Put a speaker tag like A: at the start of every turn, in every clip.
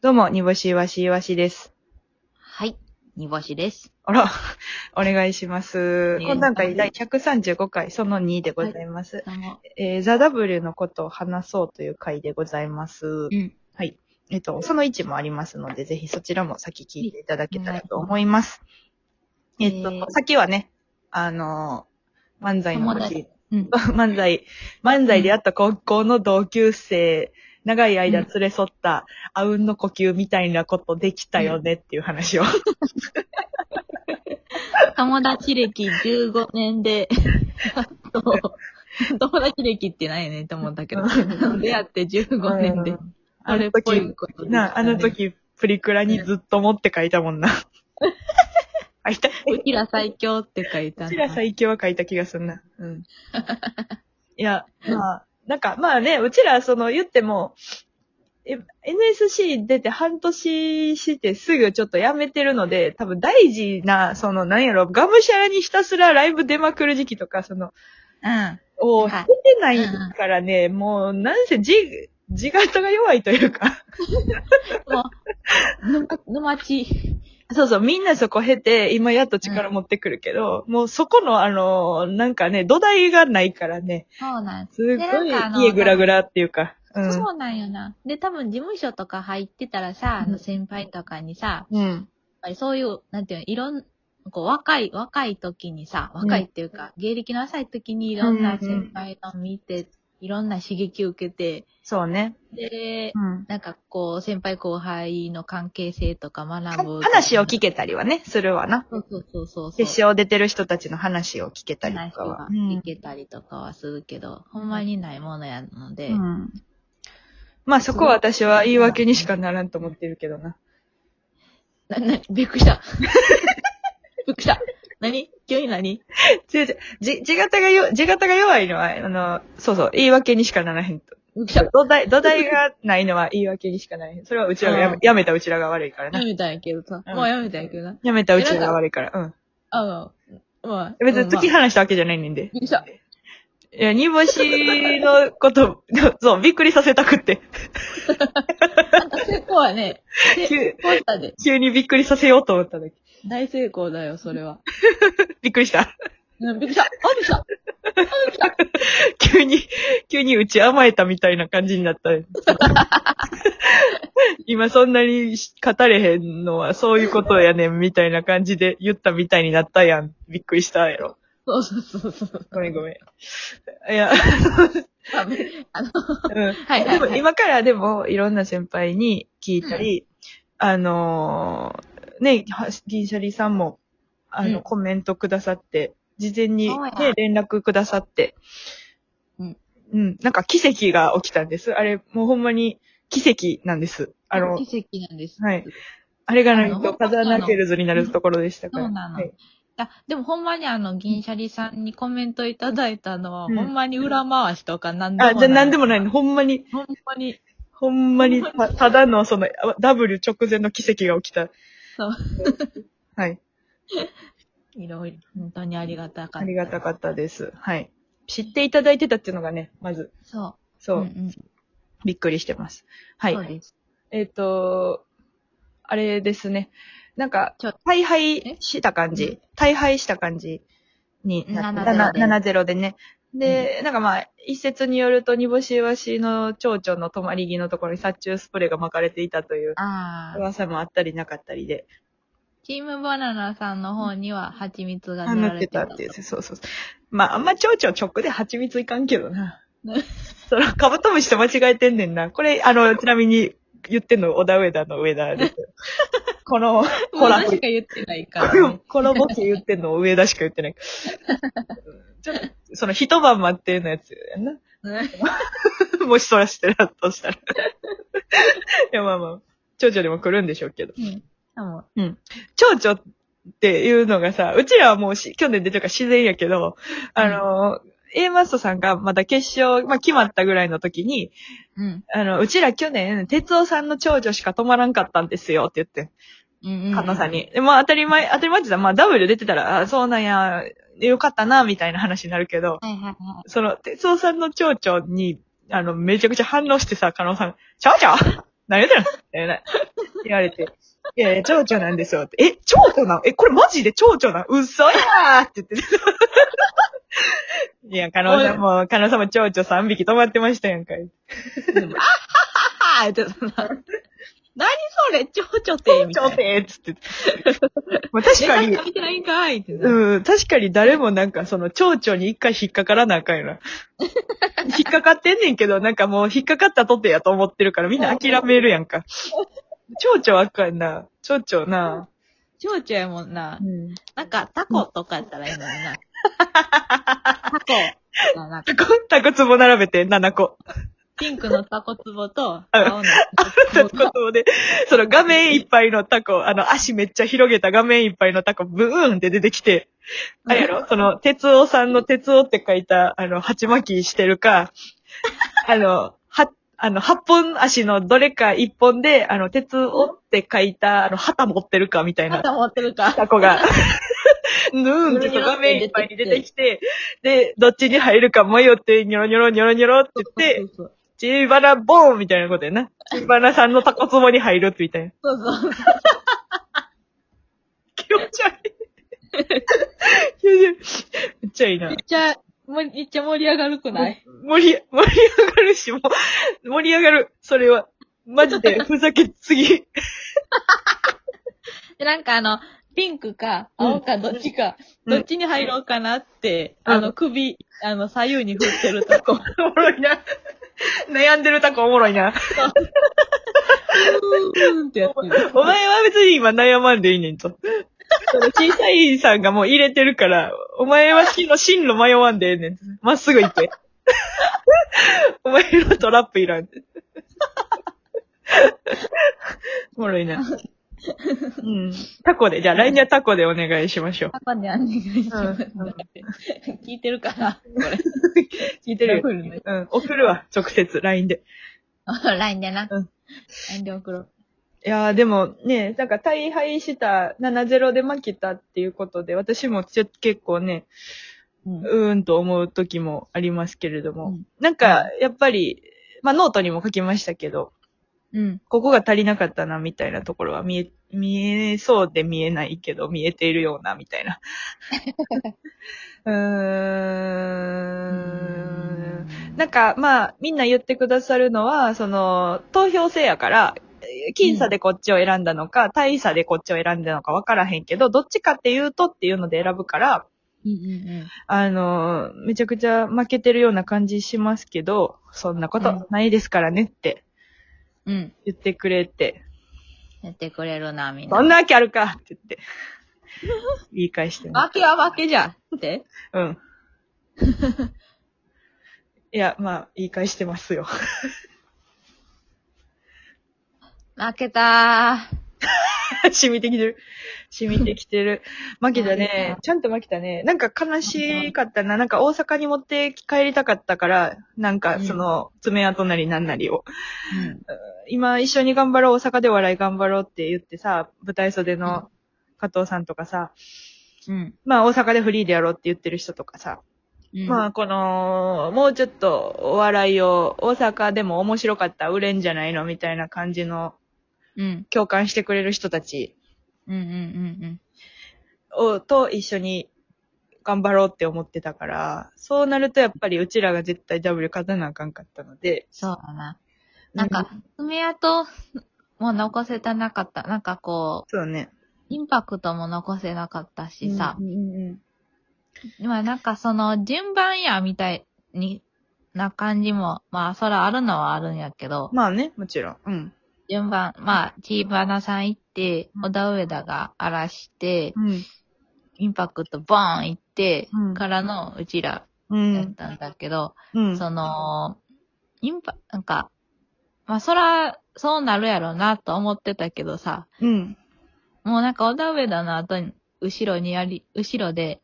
A: どうも、煮干しわしいわしです。
B: はい。煮干しです。
A: あら、 お願いします。
B: ね
A: 今段階第135回、その2でございます。
B: どうも。
A: えー、ザ・ W のことを話そうという回でございます
B: う。ん。
A: はい。えっと、その1もありますので、ぜひそちらも先聞いていただけたらと思います。
B: は
A: え
B: い
A: っと、
B: えー
A: 先はね、あのー漫才の話
B: 友達うん。
A: 漫才、漫才であった高校の同級生、長い間連れ添った、あうんの呼吸みたいなことできたよねっていう話を。
B: 友達歴15年で、 あと 友達歴ってないよねって思ったけど、出会って15年で、
A: あ
B: あれ
A: の
B: っぽい
A: 時、
B: ことできたね
A: な、あの。時、プリクラにずっと持って書いたも んな。あ、いた。
B: うちら最強って書いた
A: う
B: な
A: ちら最強は書いた気がすんな。うん。いや、まあ、なんか、まあね、うちら、その、言っても、え NSC 出て半年してすぐちょっと辞めてるので、多分大事な、その、なんやろ、がむしゃらにひたすらライブ出まくる時期とか、その、
B: うん。
A: を
B: はい
A: 経てないからね、もう、なんせ、じ、地型が弱いというか。
B: もう、沼沼地。
A: そうそう、みんなそこ経て、今やっと力持ってくるけど、もうそこの、あの、なんかね、土台がないからね、
B: そうなんです。
A: すっ
B: で
A: ご
B: なん
A: い
B: かあの
A: 家ぐらぐらっていうか。うん。
B: そうなんよな。で、多分事務所とか入ってたらさ、あの先輩とかにさ、
A: うん。
B: やっぱりそういう、なんていうの、いろん、こう、若い、若い時にさ、若いっていうか、芸歴の浅い時にいろんな先輩の見て、いろんな刺激を受けて、
A: そうね。
B: で、
A: うん。
B: なんかこう、先輩後輩の関係性とか学ぶ。
A: 話を聞けたりはね、するわな。
B: そうそうそうそう。
A: 決勝出てる人たちの話を聞けたりと
B: 話
A: かは
B: は。聞けたりとかはするけど、ほんまにないものやので、
A: うんうんまあそこは私は言い訳にしかならんと思ってるけどな。
B: な、な、びっくりした。 びっくりした。何急に何
A: 違う違う。じ、地型がよ、地型が弱いのは、あの、そうそう、言い訳にしかならへんと。
B: びっくりした。
A: 土台、土台がないのは言い訳にしかならへん。それはうちらがやめ
B: うん
A: やめたうちらが悪いから
B: や
A: な。
B: めたんやけどさ。
A: うん
B: もうやめたんやけどな。
A: やめたうちらが悪いから。うん。
B: あの、まあ。
A: 別に突き
B: まあ
A: 放したわけじゃないねんで。
B: びっくりした。
A: いや、煮干しのこと、 そう、びっくりさせたくって。
B: なんか成功はね、成
A: 急、
B: 功したで。
A: 急にびっくりさせようと思ったんだけ
B: 大成功だよ、それは。
A: ど。びっくりした。
B: うん、びっくりした。あ、びっくりした。
A: 急に、急にうち甘えたみたいな感じになった。 今そんなに語れへんのはそういうことやねんみたいな感じで言ったみたいになったやん。びっくりしたやろ。
B: そうそうそうそう。
A: ごめんごめん。いや、
B: ああの、
A: うん。
B: はいは
A: で
B: い
A: も
B: はい。
A: 今からでもいろんな先輩に聞いたり、あのーね、は銀シャリさんも、あの、
B: うん
A: コメントくださって、事前に、
B: そうや
A: ね、連絡くださって、
B: うん。
A: うん、なんか奇跡が起きたんです。あれ、もうほんまに奇跡なんです。あの、
B: 奇跡なんです。
A: はいあれがない
B: あの
A: とカザーナケルズになるところでしたから。
B: そうなの
A: はい
B: あでもほんまにあの、銀シャリさんにコメントいただいたのは、
A: うん
B: ほんまに裏回しとかなんでもない。
A: あ、じゃあなんでもない
B: の。
A: の。ほんまに、
B: ほんまに。
A: ほんまに
B: ほんま
A: た、ただのその、あ W 直前の奇跡が起きた。
B: そう。
A: はい。
B: いろいろ、本当にありがたかった。
A: ありがたかったです。はい。知っていただいてたっていうのがね、まず、
B: そう。
A: そう、
B: んん
A: びっくりしてます。はい。
B: そうです。
A: えっ、と、あれですね。なんか
B: ちょ、
A: 大敗
B: え
A: した感じ。大敗した感じになって、7-0
B: 7-0で
A: でね。で、なんかまあ、一説によると、煮干しわしの蝶々の止まり木のところに殺虫スプレーが巻かれていたという
B: ああ。
A: 噂もあったりなかったりで、
B: チームバナナさんの方には蜂蜜が
A: あ、
B: 塗
A: 塗
B: ら
A: っ
B: れ
A: て
B: て
A: た
B: た
A: っていう。そうそうそう。まあ、あんま蝶々直で蜂蜜いかんけどな。 その、カブトムシと間違えてんねんな。これ、あの、ちなみに言ってんの、小田上田の上田 です。この、
B: も
A: ほ
B: う
A: ら、
B: しか
A: こ
B: 言ってないから、ね。
A: のボケ言ってんの、上田しか言ってない。ちょっと、その一晩待ってのやつやな。 もしそらしてたとしたら。い や、まあまあ、蝶々でも来るんでしょうけど。
B: うん。でも、
A: 蝶々っていうのがさ、うちらはもうし去年出てるから自然やけど、あの、A マストさんがまだ決勝、まあ、決まったぐらいの時に、
B: うん。
A: あの、うちら去年、哲夫さんの長女しか止まらんかったんですよって言って、
B: うん、うん。
A: 神田さんに。で、まあ当たり前、当たり前って言ったら、まあ W 出てたら、あそうなんや、よかったな、みたいな話になるけど、
B: はいはいはい。
A: その、哲夫さんの長女に、あの、めちゃくちゃ反応してさ、加納さん、長女 何言うてんのみたいな 言われて。いやいや、蝶々なんですよって。え、蝶々なのえ、これマジで蝶々なの嘘やーって言って。 いや、カノさんも、カノさんも蝶々3匹止まってましたやんかい。
B: はぁって、その、何それ、蝶々って、み
A: 蝶々
B: たいな。
A: てーっつって。まあ確か
B: ネ
A: に
B: タ、書いてないんかいってな。
A: うん、確かに誰もなんかその蝶々に一回引っかからなあかんよな。引っかかってんねんけど、なんかもう引っかかったとてやと思ってるからみんな諦めるやんか。蝶々あかんな。蝶々な。
B: 蝶々やもんな。なんか、タコとかやったらいいのにな。タコがなん か、
A: タコ、タコツボ並べて7個。
B: ピンクのタコツボと、
A: うん
B: 青の
A: タ
B: タコ
A: コ
B: ツボ
A: ツ
B: と、
A: ボで、その画面いっぱいのタコ、あの足めっちゃ広げた画面いっぱいのタコ、ブーンって出てきて、あれやろその、鉄夫さんの鉄夫って書いた、あの、鉢巻きしてる か、あの、は、あの、八本足のどれか一本で、あの、鉄夫って書いた、あの、旗持ってるかみたいな
B: 肩持ってるか。
A: タコ が、ぬーんってその画面いっぱいに出てきて、で、どっちに入るか迷って、ニョロニョロニョロニョロって言って、
B: そうそう
A: チーバナボーンみたいなことやな。チーバナさんのタコツボに入るってみたいな。
B: そうそうそう。
A: 気持ち悪い。気持ち悪いめっちゃいいな
B: めっ。ちゃ、もうめっちゃ盛り上がるくない
A: 盛り、盛り上がるし、もう、盛り上がる。それは。マジで、ふざけすぎ。
B: で、なんかあの、ピンクか、青か、どっちか、
A: うん
B: どっちに入ろうかなって、
A: うん
B: あの、首、あの、左右に振ってるタコ。う
A: おもろいな。悩んでるタコおもろいな。
B: ーんってやってる。
A: お前は別に今悩まんでいいねんと。その小さいさんがもう入れてるから、お前は進路、進路迷わんでええねん。まっすぐ行って。お前のトラップいらん。おもろいな。うん。タコで、じゃあ来年はタコでお願いしましょう。
B: パパにお願いします。
A: うんうん
B: 聞いてるかなこれ。
A: 聞いてる
B: 送
A: よ。
B: るね
A: うん。送るわ、直接、LINE で。
B: LINE でな。
A: うん
B: LINE で送ろう。
A: いやーでもね、なんか大敗した7-0で負けたっていうことで、私もちょ結構ね、
B: うん
A: うーんと思う時もありますけれども。
B: うん
A: なんか、やっぱり、まあノートにも書きましたけど、
B: うん。
A: ここが足りなかったなみたいなところは見え、見えそうで見えないけど、見えているようなみた いな。うーん。なんか、まあ、みんな言ってくださるのは、その、投票制やから、えー僅差でこっちを選んだのか、大差でこっちを選んだのか分からへんけど、どっちかっていうとっていうので選ぶから、
B: うんうん
A: あの、めちゃくちゃ負けてるような感じしますけど、そんなこ
B: うん
A: とないですからねって
B: うん。うん。
A: 言ってくれて、
B: やってくれるな、みん
A: そ
B: な。
A: んなわけあるか って言って、言い返してね。
B: 負けは負けじゃって。
A: うん。いや、まあ、言い返してますよ。
B: 負けた
A: 染みてきてる。染みてきて る。負けたね。ちゃんと負けたね。なんか悲しかったな。なんか大阪に持って帰りたかったから、なんかその、爪痕なりなんなりを。
B: ー。
A: 今一緒に頑張ろう、大阪でお笑い頑張ろうって言ってさ、舞台袖の加藤さんとかさ、
B: うん。
A: まあ大阪でフリーでやろうって言ってる人とかさ、
B: うん。
A: まあこの、もうちょっとお笑いを大阪でも面白かったら売れんじゃないのみたいな感じの
B: うん。
A: 共感してくれる人たち
B: うんうんうん
A: を、と一緒に頑張ろうって思ってたから、そうなるとやっぱりうちらが絶対 W 勝たなあかんかったので、
B: そうだな。なんか、爪痕も残せたなかった。なんかこ
A: そうね。
B: う、インパクトも残せなかったしさ
A: う。んうんうん
B: まあなんかその順番やみたいに、な感じも、まあそらあるのはあるんやけど、
A: まあね、もちろん。うん。
B: 順番、まあ、チーバナさん行って、小田上田が荒らして、
A: うん。
B: インパクトボーン行って
A: うん、
B: からのうちら
A: う
B: やっ
A: ん。
B: たんだけど、
A: うん。
B: その、インパ、なんか、まあそら、そうなるやろうなと思ってたけどさ、
A: うん。
B: もうなんか小田上田の後に、後ろにやり、後ろで、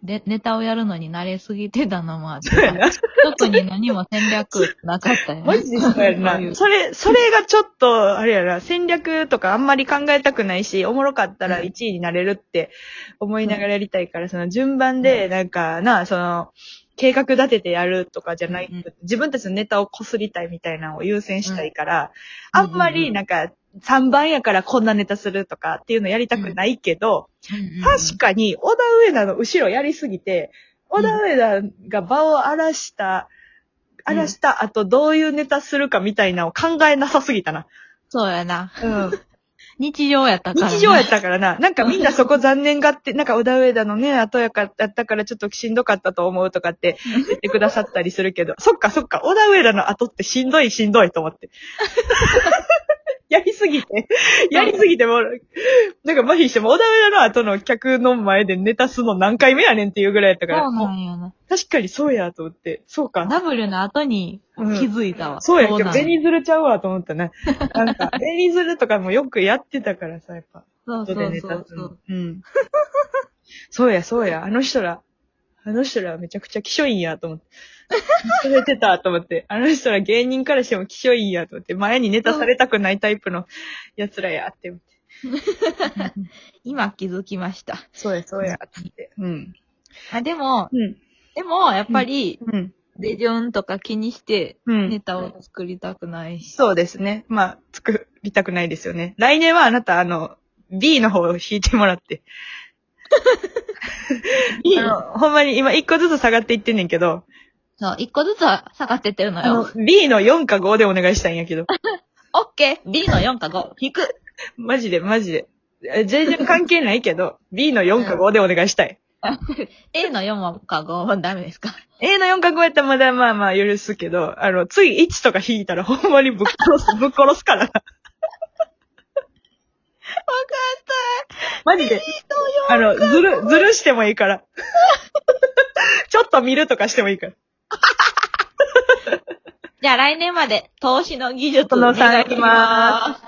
B: で、ネタをやるのに慣れすぎてたのもあって
A: そうや
B: さ、
A: な。
B: 特に何も戦略なかったよね。
A: マジでそうや
B: そういう
A: な。それ、それがちょっと、あれやな、戦略とかあんまり考えたくないし、おもろかったら
B: うん
A: 1位になれるって思いながらやりたいから、その順番で、なんかな、その、計画立ててやるとかじゃない、
B: うんうん
A: 自分たちのネタをこすりたいみたいなのを優先したいから、
B: うん
A: あんまりなんか、3番やからこんなネタするとかっていうのやりたくないけど、確かに、小田上田の後ろやりすぎて、小
B: うん
A: 田上田が場を荒らした、
B: うん
A: 荒らした後どういうネタするかみたいなのを考えなさすぎたな。
B: そうやな。
A: うん。
B: 日常やったからな。
A: 日常やったから な。なんかみんなそこ残念がって、なんか小田上田のね、後やか、やったからちょっとしんどかったと思うとか って言ってくださったりするけど、そっかそっか、小田上田の後ってしんどいしんどいと思 って。やりすぎて、やりすぎてもう、なんか麻痺しても、小田上田の後の客の前でネタすの何回目やねんっていうぐらいやったから、
B: そうなんやな。
A: 確かにそうやと思って、そうか。
B: ダブルの後に気づいたわ。
A: そうやけ
B: け
A: ど、ベニズルちゃうわと思ったね。なん か、ベニズルとかもよくやってたからさ、やっぱ。
B: そうそ
A: 後
B: う
A: でネ
B: そ
A: タ
B: う
A: す
B: そ
A: るの
B: う。
A: うん。 そうや、そうや。あの人ら、あの人らめちゃくちゃ気性いいんやと思って。 されてたと思って。あの人ら芸人からしても気性いいんやと思って。前にネタされたくないタイプの奴らやって思って。
B: 今気づきました。
A: そうや、そうや。って。うん。
B: あ、でも、
A: うん。
B: でも、やっぱり、
A: うん。
B: デジョンとか気にして、
A: うん。
B: ネタを作りたくないし。
A: そうですね。まあ、作りたくないですよね。来年はあなた、あの、B の方を引いてもらっ て。あの、ほんまに今一個ずつ下がっていってんねんけど、
B: そう、一個ずつは下がってってるの
A: あの
B: よ。、
A: B の4か5でお願いしたいんやけど。
B: オッケー !B の4か5、引く
A: マジで、マジで。え全然関係ないけど、B の4か5でお願いしたい。
B: !A の4か5はダメですか
A: A の4か5やったらまだまあまあ許すけど、あの、次1とか引いたらほんまにぶっ殺 す、ぶっ殺すからな。
B: わかっ
A: マジで。あの、ずる、ずるしてもいいから。ちょっと見るとかしてもいいから。
B: たじゃあ来年まで、投資の技術。
A: その3いきます